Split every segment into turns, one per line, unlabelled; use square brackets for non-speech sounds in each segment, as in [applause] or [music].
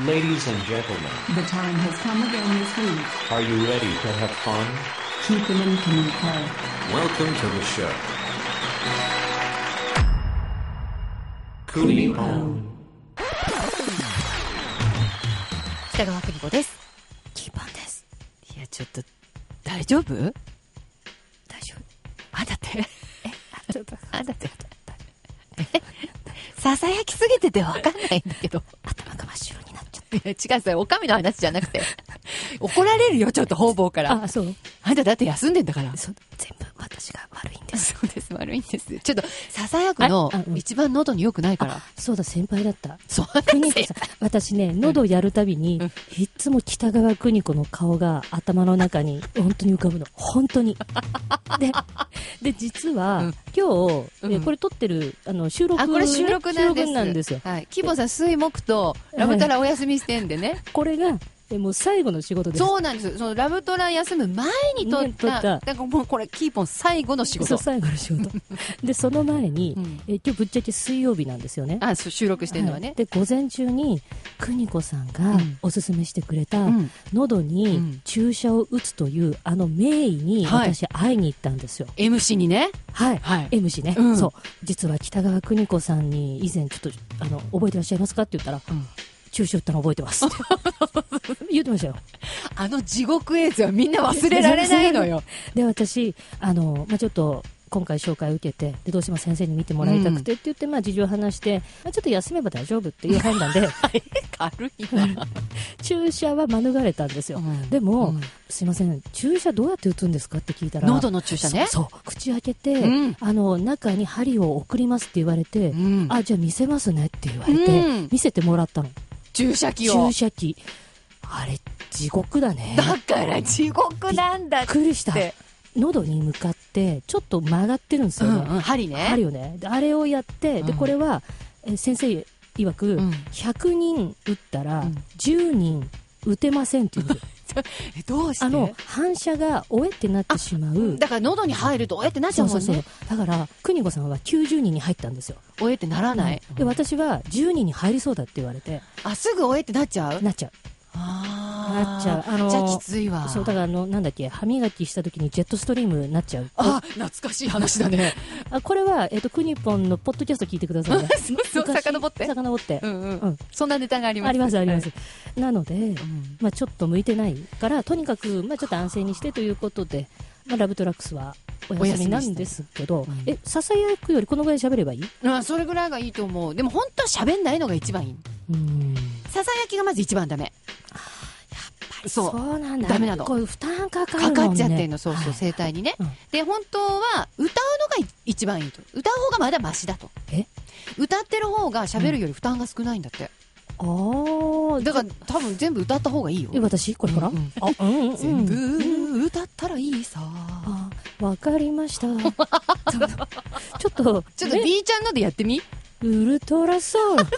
Ladies and gentlemen,
The time has come again this week
are you ready to have fun?
to communicate.
Welcome to the show. Kuni Pon.
北川邦子ですキーパンですいやちょっと大丈夫大丈夫あだってえあちょっとあだってえ [laughs] ささやきすぎててわかんないんだけど頭が真っ白になっちゃったいや違うそれおかみの話じゃなく [laughs] て怒られるよちょっと方々から
あ、そう。
あんただって休んでんだから
そう全部私が悪いんです。
そうです悪いんですちょっとささやくの
あれあうん
一番喉に良くないから
そうだ、先輩だった。
そう
邦
で
子
す
さ
よ
ん、私ね、喉やるたびに、いつも北川邦子の顔が頭の中に、本当に浮かぶの。本当に。で、で、実は、
うん
今日、
うん
えこれ撮ってる、あの、収録、
あこれ収録なんです
収録なんですよ。
はいキーポンさん水木とラブタラお休みしてんで
[laughs]
ね
これが、えもう最後の仕事です。
そうなんですそのラブトラ休む前に撮っ
撮
た
った
だからもうこれキーポン最後の仕
そ
事
う最後の仕事。
[laughs]
で、その前に、
うん
え今日ぶっちゃけ水曜日なんですよね。
あそう収録してるのはね
い、で午前中に邦子さん
う
が
ん
おすすめしてくれた、
うん
喉
う
に
ん
注射を打つというあの名医に
はい
私会いに行ったんですよ
MC にね
はい、
はい
MC ね、
うん
そう実は北川邦子さんに以前ちょっとあの覚えてらっしゃいますかって言ったら、
うん
注射打ったの覚えてますって
[laughs]
言ってましたよ
あの地獄映像はみんな忘れられないの
[laughs]
よ
で私あの、まあ、ちょっと今回紹介を受けてでどうしても先生に見てもらいたくてって言って、まあ、事情を話して、まあ、ちょっと休めば大丈夫っていう判断
[laughs]
で
軽いな、
注射は免れたんですよ、
うん
でも、
うん
すいません注射どうやって打つんですかって聞いたら
喉の注射ね
そうそう口開けて、
うん
あの中に針を送りますって言われて、
うん
あじゃあ見せますねって言われて、
うん
見せてもらったの
注射器を
注射器あれ地獄だね
だから地獄なんだ
びっくりした
って
喉に向かってちょっと曲がってるんです
う
よね、
んうん針ね
針をねであれをやって、で
うん
これはえ先生曰く、
うん
100人打ったら
うん
10人打てませんっていう、
えどうして
あの反射がおえってなってしまう
だから喉に入るとおえってなっちゃも
そうう
ん
そ
ね
うそうだから邦子さんは90人に入ったんですよ
おえってならない、
で私は10人に入りそうだって言われて
あすぐおえってなっちゃう
なっちゃう
あー
なっちゃうあのー
じゃあきついわ
そうだからあのなんだっけ歯磨きした時にジェットストリームになっちゃう
あ懐かしい話だ
[laughs]
ね
あこれは、えっとクニポンのポッドキャスト聞いてくださいね
そう [laughs] そう
昔
遡って
遡って、
んうん
うん
そんなネタがあります
ありますあります、
はい
なので、
うん
まあ、ちょっと向いてないからとにかく、まあ、ちょっと安静にしてということで、まあ、ラブトラックスはお
お
休
休み
みな
して
んですけど
うん
えささやくよりこのぐらい喋ればいい
あそれぐらいがいいと思うでも本当は喋んないのが一番いい
うん
ささやきがまず一番ダメそう
そうなんだ
ダメなの
こういう負担かかるも
か
ん、ね、
かっちゃってんのそうそう
はい
声帯にね
うん
で本当は歌うのが一番いいと歌う方がまだマシだと
え
歌ってる方が喋るより負担が少ないんだって
あー
だから多分全部歌った方がいいよ
え私これから、
うんうん
あうんうん
全部歌ったらいいさ
あわかりました
[laughs]
ちょっと
ちょっと
ね
B ちゃんのでやってみ
ウルトラソウルはい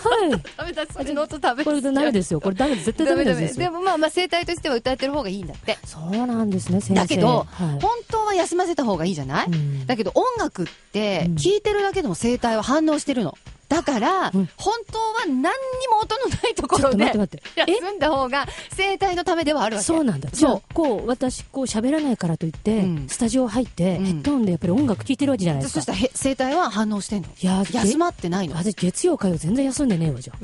[laughs] ダメだそれの音食べ
これダメですよこれダメです絶対ダメなやつです
で
よ
もまあまあ声帯としては歌ってる方がいいんだって
そうなんですね先生
だけど、
は
本
い
当は休ませた方がいいじゃない、
うん
だけど音楽って
うん
聴いてるだけでも声帯は反応してるのだから、
うん
本当は何にも音のないとこ
ちょ
ろ
っと
で
待って待って
休んだ方が声帯のためではあるわけ
そうなんだじゃあこう私こう喋らないからといって、
うん
スタジオ入って、
うん
ヘッドホンでやっぱり音楽聴いてるわけじゃないで
そ
すか
したらへ声帯は反応してんの
いや
休
ま
まってないの
私月曜火曜全然休んでねえわじゃ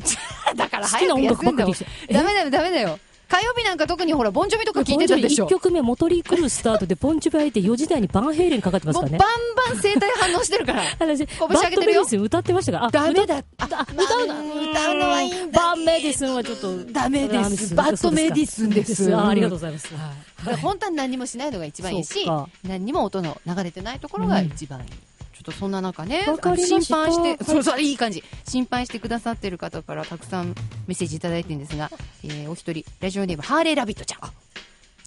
あ
だから
好き
早
な
く
音楽ば
休んだ方
っかり聴いて
ダメだよダメだよ火曜日なんか特にほらボンジョビとか聞いてたでしょ
ポンジョビ1曲目、モトリー・クルースタートで、ポンチョビ相手4時台にバンヘイレンかかってます
もう
か
バ
ら
ン
ね。
バン声帯反応してるから
[laughs] 私、
拳上
バッ
げて
ドメ
る
デ
よ
ィスン歌ってましたから、あ
ダメだ
歌っ
あ
あ歌うな、
歌うのはいいんだ
バンメディスンはちょっと、
ダメですバッドメディスンです
そうかあありがとうございます。
だから [laughs] 本当は何もしないのが一番いいし
そうか
何にも音の流れてないところが一番いい、ちょっとそんな中ね
わかりました
あの心配して [laughs]
はい
そうそういい感じ心配してくださってる方からたくさんメッセージいただいてるんですが、えーお一人ラジオネームハーレーラビットちゃん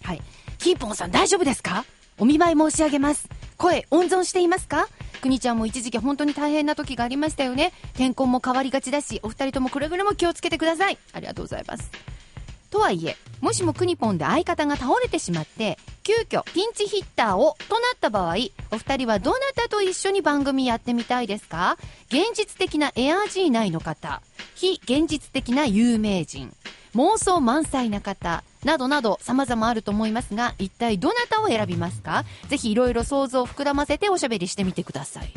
はいキーポンさん大丈夫ですかお見舞い申し上げます声温存していますかくにちゃんも一時期本当に大変な時がありましたよね天候も変わりがちだしお二人ともくれぐれも気をつけてくださいありがとうございますとはいえもしもクニポンで相方が倒れてしまって急遽ピンチヒッターをとなった場合お二人はどなたと一緒に番組やってみたいですか現実的なエアージー内の方非現実的な有名人妄想満載な方などなど様々あると思いますが一体どなたを選びますかぜひいろいろ想像を膨らませておしゃべりしてみてください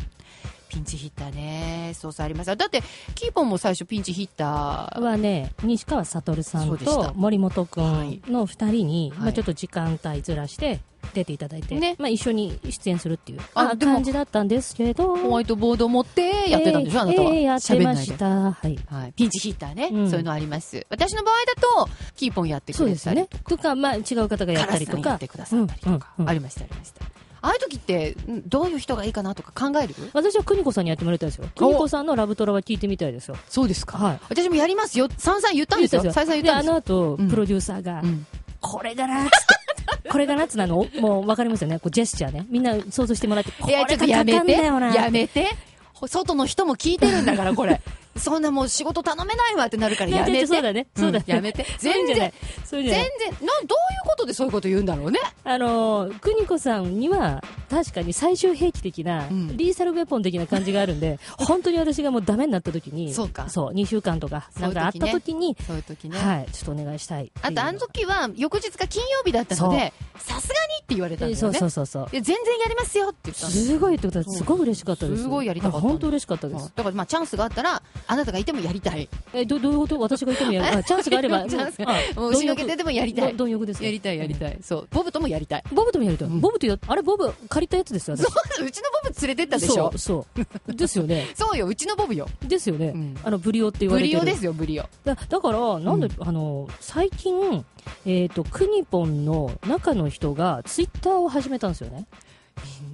ピンチヒッターねそうそうありますよだってキーポンも最初ピンチヒッター
はね、西川悟さ
そ
ん
うでした
と森本くんの二人に、
はい
まあちょっと時間帯ずらして出ていただいて、
ね
まあ一緒に出演するっていう
あ
あ
でも
感じだったんですけど、
ホワイトボードを持ってやってたんでしょ、
えー
あなたは。
えーやって
喋ん
ま
ない
し
で。
た。はい。
はい、ピンチヒッターね、
うん
そういうのあります。私の場合だと、キーポンやってく
そう
れ
で
た
す
り、
ね。とか、まあ違う方がや
カ
った
ラス
り
さ
と
んやっ
か
て。くださったりとか、
うんうんうん
ありました、ありました。ああいう時って、んどういう人がいいかなとか考える
私は邦子さんにやってもらいたいですよ。邦子さんのラブトラは聞いてみたいですよ。
そうですか。
はい
私もやりますよ。さんさん言ったんですよ。さんさん言ったん
あ
ですよ。
の後、
うん
プロデューサーが、
うん
これがなっつって。 [laughs] これがなっつなのもうわかりますよね。こうジェスチャーね。みんな想像してもらって、こ
い
れ
や、
が
ちょ
か
っ
か
と
んだ
やめて。
よな。
やめて。ほ外の人も聞いてるんだから、これ。 [laughs] そんなもう仕事頼めないわってなるから、
いや
やめ
ち
て。
ょそうだね。そうだね。
んやめて。
そういうん
全
じゃな
然
い。。そういうん
全
じゃ
然
ない。
なん、どういうことでそういうこと言うんだろうね。
あのー、邦子さんには、確かに最終兵器的な、
うん
リーサルウェポン的な感じがある
[laughs]
んで、本当に私がもうダメになった時に、
そうか
そう、2週間とか、なんかあっ
そういう時ね
た時に、
そういう時ね。
はい、ちょっとお願いしたいっていう
あ
のが。
と、あの時は、翌日が金曜日だったので、さすがにって言われたん
え
だ
そ
よ
う
ね
そう。そうそう。
で全然やりますよって言ったんです
すごいってことは、すごい嬉しかったです。
すごいやりたかった
あ本当嬉しかったで
よ
す。
だから、まあ、チャンスがあったら、あなたがいてもやりたい。
え、ど、どういうこと私が言っても
[laughs]
やる。あ、チャンスがあれば、
チャンスが
あ
もう後ろ向けてでもやりたい
ど貪欲ですね。
やりたい、やりたい。そう。ボブともやりたい。
ボブともやりたい。
うん
ボブとや、あれ、ボブ借りたやつですよ、私。
そう、うちのボブ連れてったでしょ
そう、。そう。ですよね。
そうよ、うちのボブよ。
ですよね。
うん
あの、ブリオって言わ
ブ
れて
リ
る。
オですよ、ブリオ。
だだから、なんで、あの、最近、えっ、と、クニポンの中の人が、ツイッターを始めたんですよね。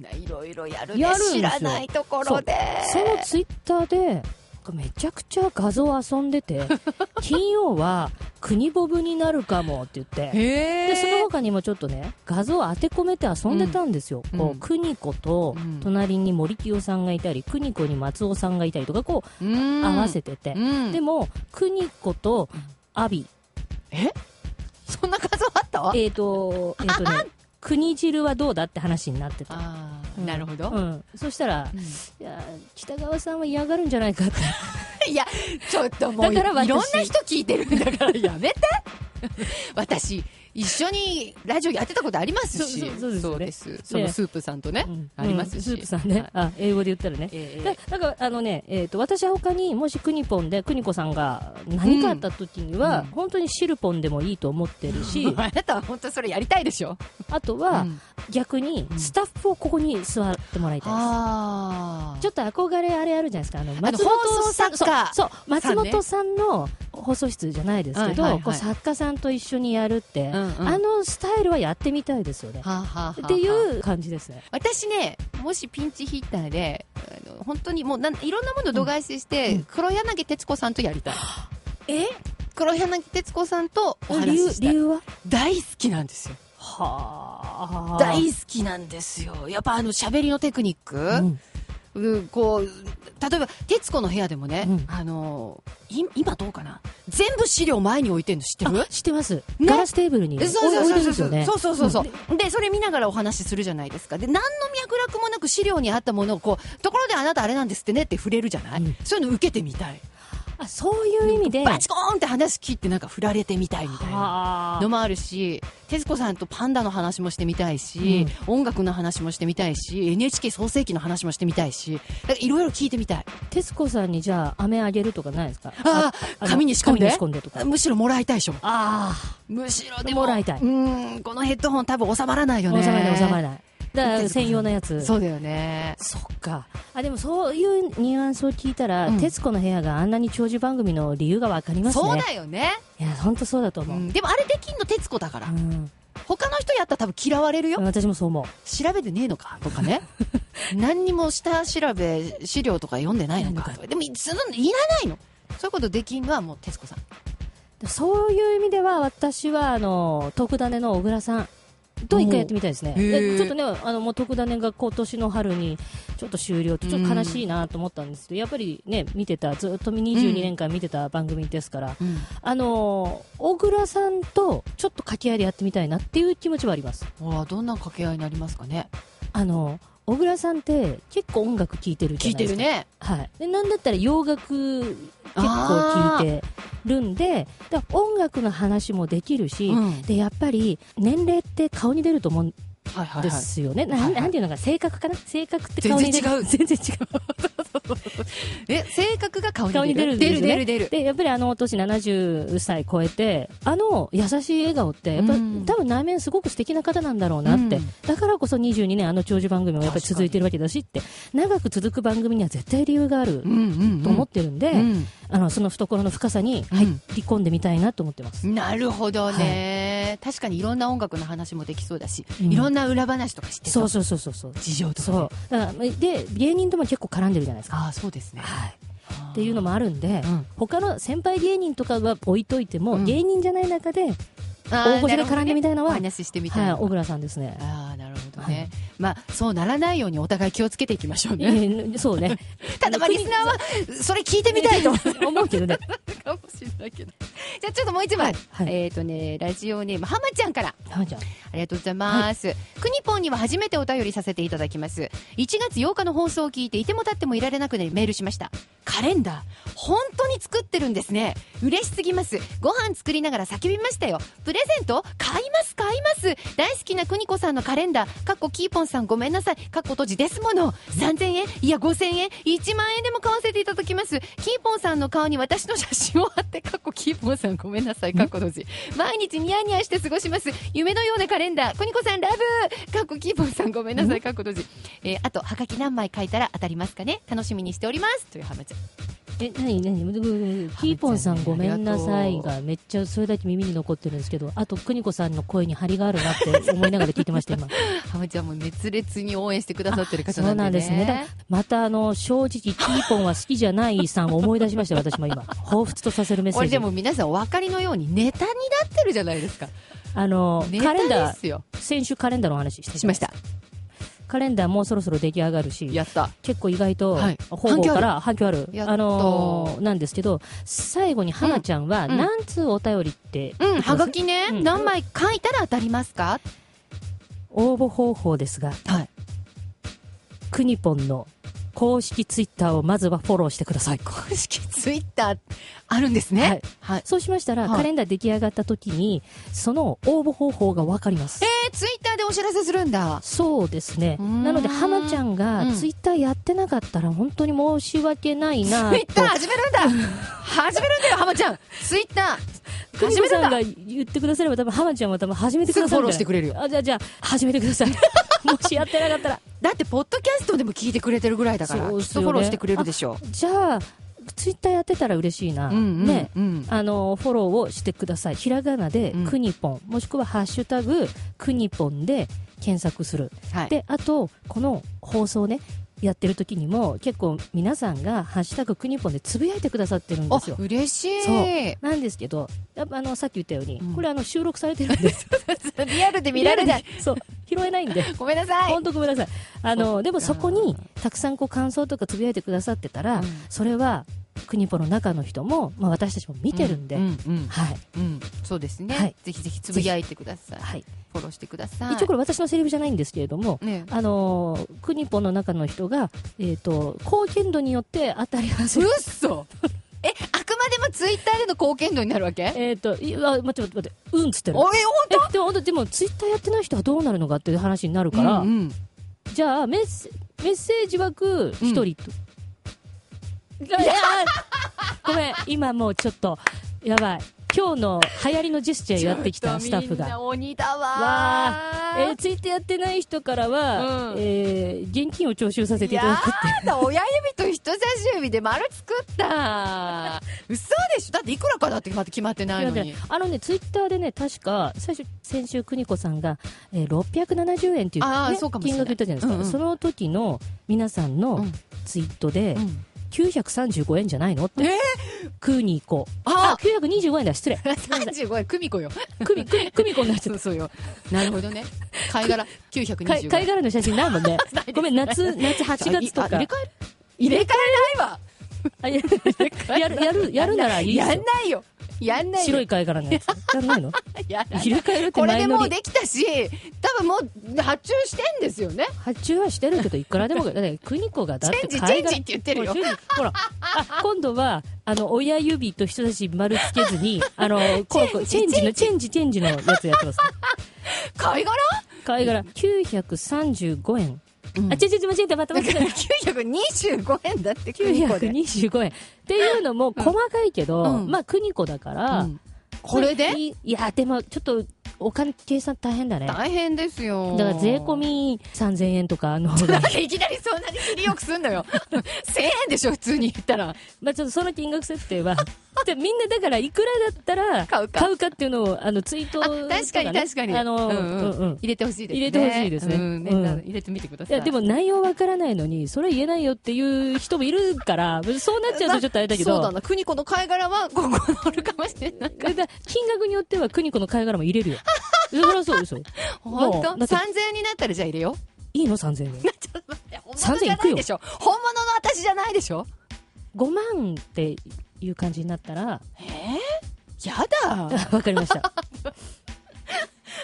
みんないろいろやる
や
ね
るんですよ
知らないところで。
そのツイッターで、めちゃくちゃ画像遊んで
[laughs]
て、金曜は、クニボブになるかもって言って。
へ
でその他にもちょっとね画像を当て込めて遊んでたんですよ、
うん
こ
う
うん邦子と
うん
隣に森清さんがいたり邦子に松尾さんがいたりとかこう
の
合わせてて、
うん。
でも邦子と阿炎
そんな数あった
えっ、とえっ、とね国汁はどうだって話になってた、
ああ、
うん
なるほど。
うん、そしたら、
うん
いや北川さんは嫌がるんじゃないかって
いや、ちょっともう、い
だから私
ろんな人聞いてるんだからやめて。 [laughs] 私、一緒にラジオやってたことありますし、
そうそうそうです
そ
よね
うですそのスープさんとね、
うん
ありますし。
うんスープさんね、
はい
あ英語で言ったらね
えええ
だだからあのね、えー、と私は他にもしクニポンでクニコさんが何かあった時には、
うん
本当にシルポンでもいいと思ってる
え
し
[laughs] あなたは本当それやりたいでしょ。
あとは、
うん
逆に
うん
スタッフをここに座ってもらいたいです。
あ
ちょっと憧れあれあるじゃないですか。あの、松
放
本
送
さん、
作家
そう、そう松本さんの放送室じゃないですけど、
はいはいはい
こう作家さんと一緒にやるっ
う
て、
んうん
あのスタイルはやってみたいですよね。
はあはあはあはあ
っていう感じですね。
私ね、もしピンチヒッターで、あの本当にもうなんいろんなものを度外視して、黒柳徹子さんとやりたい。
え
黒柳徹子さんとお
理
話
由
し、した
理
い。
由は
大好きなんですよ。
はあ。
大好きなんですよ。やっぱあの喋りのテクニッ
う
ク、
ん
うんこう、例えば、徹子の部屋でもね、
うん
あのい今どうかな全部資料前に置いてるの知ってる
あ知ってます。ガラステーブルに。
えそうそう
置
そう
いてる
そう
んです
そ
よ
う、
ね。
そうそうそうそうでそれ見ながらお話しするじゃないですかで何の脈絡もなく資料にあったものをこうところであなたあれなんですってねって触れるじゃない、
うん
そういうの受けてみたい
あ、そういう意味で。
バチコーンって話切ってなんか振られてみたいみたいな
は
のもあるし徹子さんとパンダの話もしてみたいし、音楽の話もしてみたいし NHK 創世記の話もしてみたいしなんかいろいろ聞いてみたい
あ。徹子さんにじゃあ、飴あげるとかないですか
ああ
の
紙に仕込んで
紙に仕込んでとか。
むしろもらいたいでしょ
あ
むしろで
もらいたいう
ーんこのヘッドホン多分収まらない
あ、収
よ
ま
ね
らない、収まらない。だから専用のやつ。
そうだよね
そっか。あ、でもそういうニュアンスを聞いたら、
うん
徹子の部屋があんなに長寿番組の理由がわかりますね。
そうだよね、
いや、本当そうだと
う
思う。
んでもあれできんの徹子だから、
うん。
他の人やったら多分嫌われるよ、
私もそう思う。
調べてねえのかとかね
[laughs]
何にも下調べ資料とか読んでないのかとかでもそんなのいらないのそういうことできんのはもう徹子さん
そういう意味では私はあの特ダネの小倉さんと一回やってみたいですね
おーへー
でちょっとねあのもう特ダネが今年の春にちょっと終了ってちょっと悲しいなと思ったんですけどやっぱりね見てたずっと
うん
22年間見てた番組ですから、
うん
あの小倉さんとちょっと掛け合いでやってみたいなっていう気持ちはあります
うわどんな掛け合いになりますかね
あの小倉さんって結構音楽聴いてる
聞
じゃ
い
ない
て
です
る
か
ね
はい、でなんだったら洋楽結構聴いてるんでで音楽の話もできるし、
うん
でやっぱり年齢って顔に出ると思うん
はいはいはい
ですよね、
はい
な
は
ん
い
なんていうのか性格かな性格って顔に出
全然違
る
う
全然違う
え性格が顔
顔
に
に
出
出
る出る
る
出る出る
でやっぱりあの年70歳超えてあの優しい笑顔ってやっぱ、
うん
多分内面すごく素敵な方なんだろうなって、
うん
だからこそ22年あの長寿番組もやっぱり続いてるわけだしって長く続く番組には絶対理由があ
うん
る
うんうん
と思ってるんで、
うん
あのその懐の深さに入り込んでみたいなと思ってます、
なるほどね、確かにいろんな音楽の話もできそうだし、
うん
いろんな裏話とか知って
そううそうそうそうそう
事情とかね、
そうだからで芸人とも結構絡んでるじゃないですか、
ああそうですね
はい、っていうのもあるんで、
うん
他の先輩芸人とかは置いといても、
うん
芸人じゃない中で
あー
大御所が絡んでみたいのは
なるほどねお話ししてみたい
はい、
な
小倉さんですね。
ああなるほどね、まあそうならないようにお互い気をつけていきましょう
[laughs] い
ね、
やいやそうね。
[laughs] ただまあリスナーはそれ聞いてみたいと [laughs] 思
ーは [laughs] 思うけどね。
うかもしれないけど [laughs] じゃあちょっともう一枚、
はいはい
えっ、とねラジオネームはまちゃんから
はちゃん。
ありがとうございます。くにぽんには初めてお便りさせていただきます。1月8日の放送を聞いて、いても立ってもいられなくなりメールしました。カレンダー、本当に作ってるんですね。嬉しすぎます。ご飯作りながら叫びましたよ。プレゼント買います、買います。大好きなくにこさんのカレンダー、かっこキーポンさんごめんなさい、かっこ閉じですもの。3000円、いや5000円、1万円でも買わせていただきます。キーポンさんの顔に私の写真を貼って、かっこキーポンさんごめんなさい、かっこ閉じ。毎日ニヤニヤして過ごします。夢のようなカレンダー。くにこさんラブかっこキーポンさんごめんなさい、かっこ閉じ。えーあと、はがき何枚書いたら当たりますかね楽しみにしております。という浜ちゃん。 [laughs]
え、なになにキーポンさんごめんなさいがめっちゃそれだけ耳に残ってるんですけど、あと、邦子さんの声に張りがあるなって思いながら聞いてま
[laughs]
した、今。
浜ちゃんも熱烈に応援してくださってる方
そう
な
なんん
で
で
ね。
すね。だからまた、あの、正直、キーポンは好きじゃないさんを思い出しましたよ、私も今。彷彿とさせるメッセ
こ
ー
れ
ジ。
でも皆さんお分かりのようにネタになってるじゃないですか。
あの
ネ、
カレン
タ
ダ
ですよ。
ー、先週カレンダーのお話して
しました。。
カレンダーもうそろそろ出来上がるし。
やった。
結構意外と、
はい
方々から反響ある
やっと
あのーなんですけど最後に花ちゃんは、
うん
何通お便りって、
うん、はがきね、
うん
何枚書いたら当たりますか
応募方法ですが
[laughs] はい。
クニポンの公式ツイッターをまずはフォローしてください
公式ツイッターあるんですね。は
はいい。
そ
そうしましたら、
はい
カレンダー出来上がった時にその応募方法が分かります
えー、ツイッターでお知らせするんだ。
そうですね
うーん
なので花ちゃん
う
が
ん
ツイッターやってなかったら本当に申し訳ないな
ツイッター
と
始める
[laughs]
んだ始めるんだよ、浜ちゃんツイッター
クニ
始
コ
める
さ
ん
ん
だ
が言ってくだされば多分花ちゃんは多分始めてくださるんじゃない
すぐフォローしてくれるよ
あじゃあじゃあ始めてくださいもしやってなかったら
だって、ポッドキャストでも聞いてくれてるぐらいだから、
そう
き
っ
っ
す
と
よね
フォローしてくれるでしょ
じゃあツイッターやってたら嬉しいな、
う。うんうん。
ね
うん。
あのフォローをしてくださいひらがなで
うん
「くにぽん」もしくは「ハッシュタグくにぽん」で検索する、
はい。
であとこの放送ねやってる時にも結構皆さんが「ハッシュタグくにぽん」でつぶやいてくださってるんで
あ
すよ、
嬉しい。
そうなんですけどやっぱあのさっき言ったように、
うん
これあの収録されてるんです
リアルで見られない。
そう拾えないんで
ごめんなさい。
本当ごめんなさい。
そ
あ
っか
の、でもそこに、たくさんこう感想とかつぶやいてくださってたら、
うん
それは、クニポの中の人も、まあ私たちも見てるんで、
うんうん
はい。
うんうんそうですね、
はい
ぜひぜひつぶやいてください
はい。
フォローしてください
一応これ私のセリフじゃないんですけれども、
ね
あのー、クニポの中の人が、えっ、と、貢献度によって当たります
うっそえあくまでもツイッターでの貢献度になるわけ
えっと、いあ、待って待って待って、うんっつってる。
おえ
え、でも本当でもツイッターやってない人はどうなるのかっていう話になる
お
から、
うんうん
じゃあメッセ、メッセージ枠一人と。いやごめん、今もうちょっと、やばい。今日の流行りのジェスチャーやってきたスタッフ
ちょっとみんな
が。
鬼だわ
わ
ー
えー、ツイッターやってない人からは、
うん
えー現金を徴収させていただくって。
やだ親指と人差し指で丸作った嘘でしょだっていくらかだってまだ決まってないのに
あのね、ツイッターでね、確か、最初、先週、邦子さんが、えー、670円っていう,、
あー
ね、
そうかもしれ
金
ない
額言ったじゃないですか。
うんうん
その時の皆さん
う
の
ん
ツイートで、
うん
935円じゃないのって。
え
クニコ。
あ
あ、925円だ、失礼。
35円、久美子よ。
クミ、クミ、クミコになっ
そ
ちゃっ
うそうよ。なるほどね。貝殻、925
た。
円。
貝貝殻の写真ないもんね
[laughs] ないですね。
ごめん、夏、夏8月と
あ
か。
入れ替える入れ替えないわ
あいややる、やる、やるならいいです
や
よ
んないよ。やんない
白い貝殻のやつ。やんないの
[laughs] やらない
入れ替えるって
これ
前
で
乗
も
り
うできたし多分もう発注してんですよね
発注はしてるけど、いくらでも、だって、国子がだって
チェンジ
貝殻、
チェンジって言ってるよ
ほら。チェンジほら、あ、今度は、あの、親指と人差し指丸つけずに、あの、こうこう、チ
チ
ェ
ェ
ン
ン
ジ
ジ
の、チェンジ、チェンジのやつやってます。
貝殻
貝殻、935円。
うん
あ、ちょちょちょ、間違えた、待って待って。
925円だって9 0で
925円。っていうのも、細かいけど、
うん
まあ、国子だから、
うんこれで
いいや、でも、ちょっと、お金、計算大変だね。
大変ですよ
だから税込み3000円とかの方が
なんかいきなりそんなに切りよくすんのよ [laughs] 1000円でしょ普通に言ったら
[laughs] まあちょっとその金額設
[laughs]
定はでみんなだからいくらだったら
買うか
っていうのをあのツイート
あ
と
確かに
ね
確かに
あの、う
うんん
う
うん
んうん
入れてほしいですね
入れてほしいですね
うん
うん
ね入れてみてくだ
い
さい
やでも内容わからないのにそれ言えないよっていう人もいるからそうなっちゃうとちょっとあれだけど、
そうだな国子の貝殻はここにあるかもしれ
[laughs]
ない
でだ金額によっては邦子の貝殻も入れる
[laughs]
よそりゃそうですよ
本当
もうだって
3000円になったらじゃあ入れよう
いいの3000円
ちょっと待って本物じゃないでしょ本物の私じゃないでしょ
5万っていう感じになったら
[laughs] やだ
わかりましたわかり
[laughs]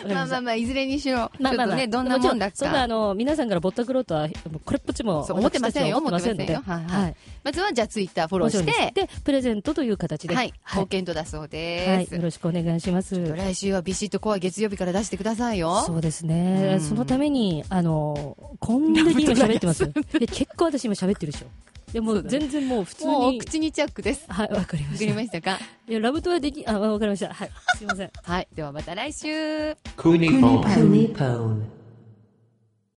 ま
ま
あま
した
あまあいずれにしろちょ
ま
っ
あまあ
と
まあ、
ねどんなもんだ
ちろそんなあ
か
の皆さんからぼったくろうとはもうこれっぽっちも
そう思ってませんよ
私たちは思ってません
思
の
って
で
ませんよはい
は
はいいまずはじゃあツイッターフォロ
も
ー
ち
し
ろんです
て
でプレゼントという形では
はい貢献度だそうで
は
す
いよろしくお願いします
来週はビシッと怖い月曜日から出してくださいよ
そうですね、
うん
そのためにあのこんなに今喋っ
[laughs]
てますよで結構私今喋ってるでしょでもう全然もう普通
もう
に
お口にチャックです
はいわかりま
わ
し
か
た
りましたか
いやラブトはできあわかりましたはいすいません
[laughs] はいではまた来週
Kunipon. Oh,
Kunipon.
Kunipon.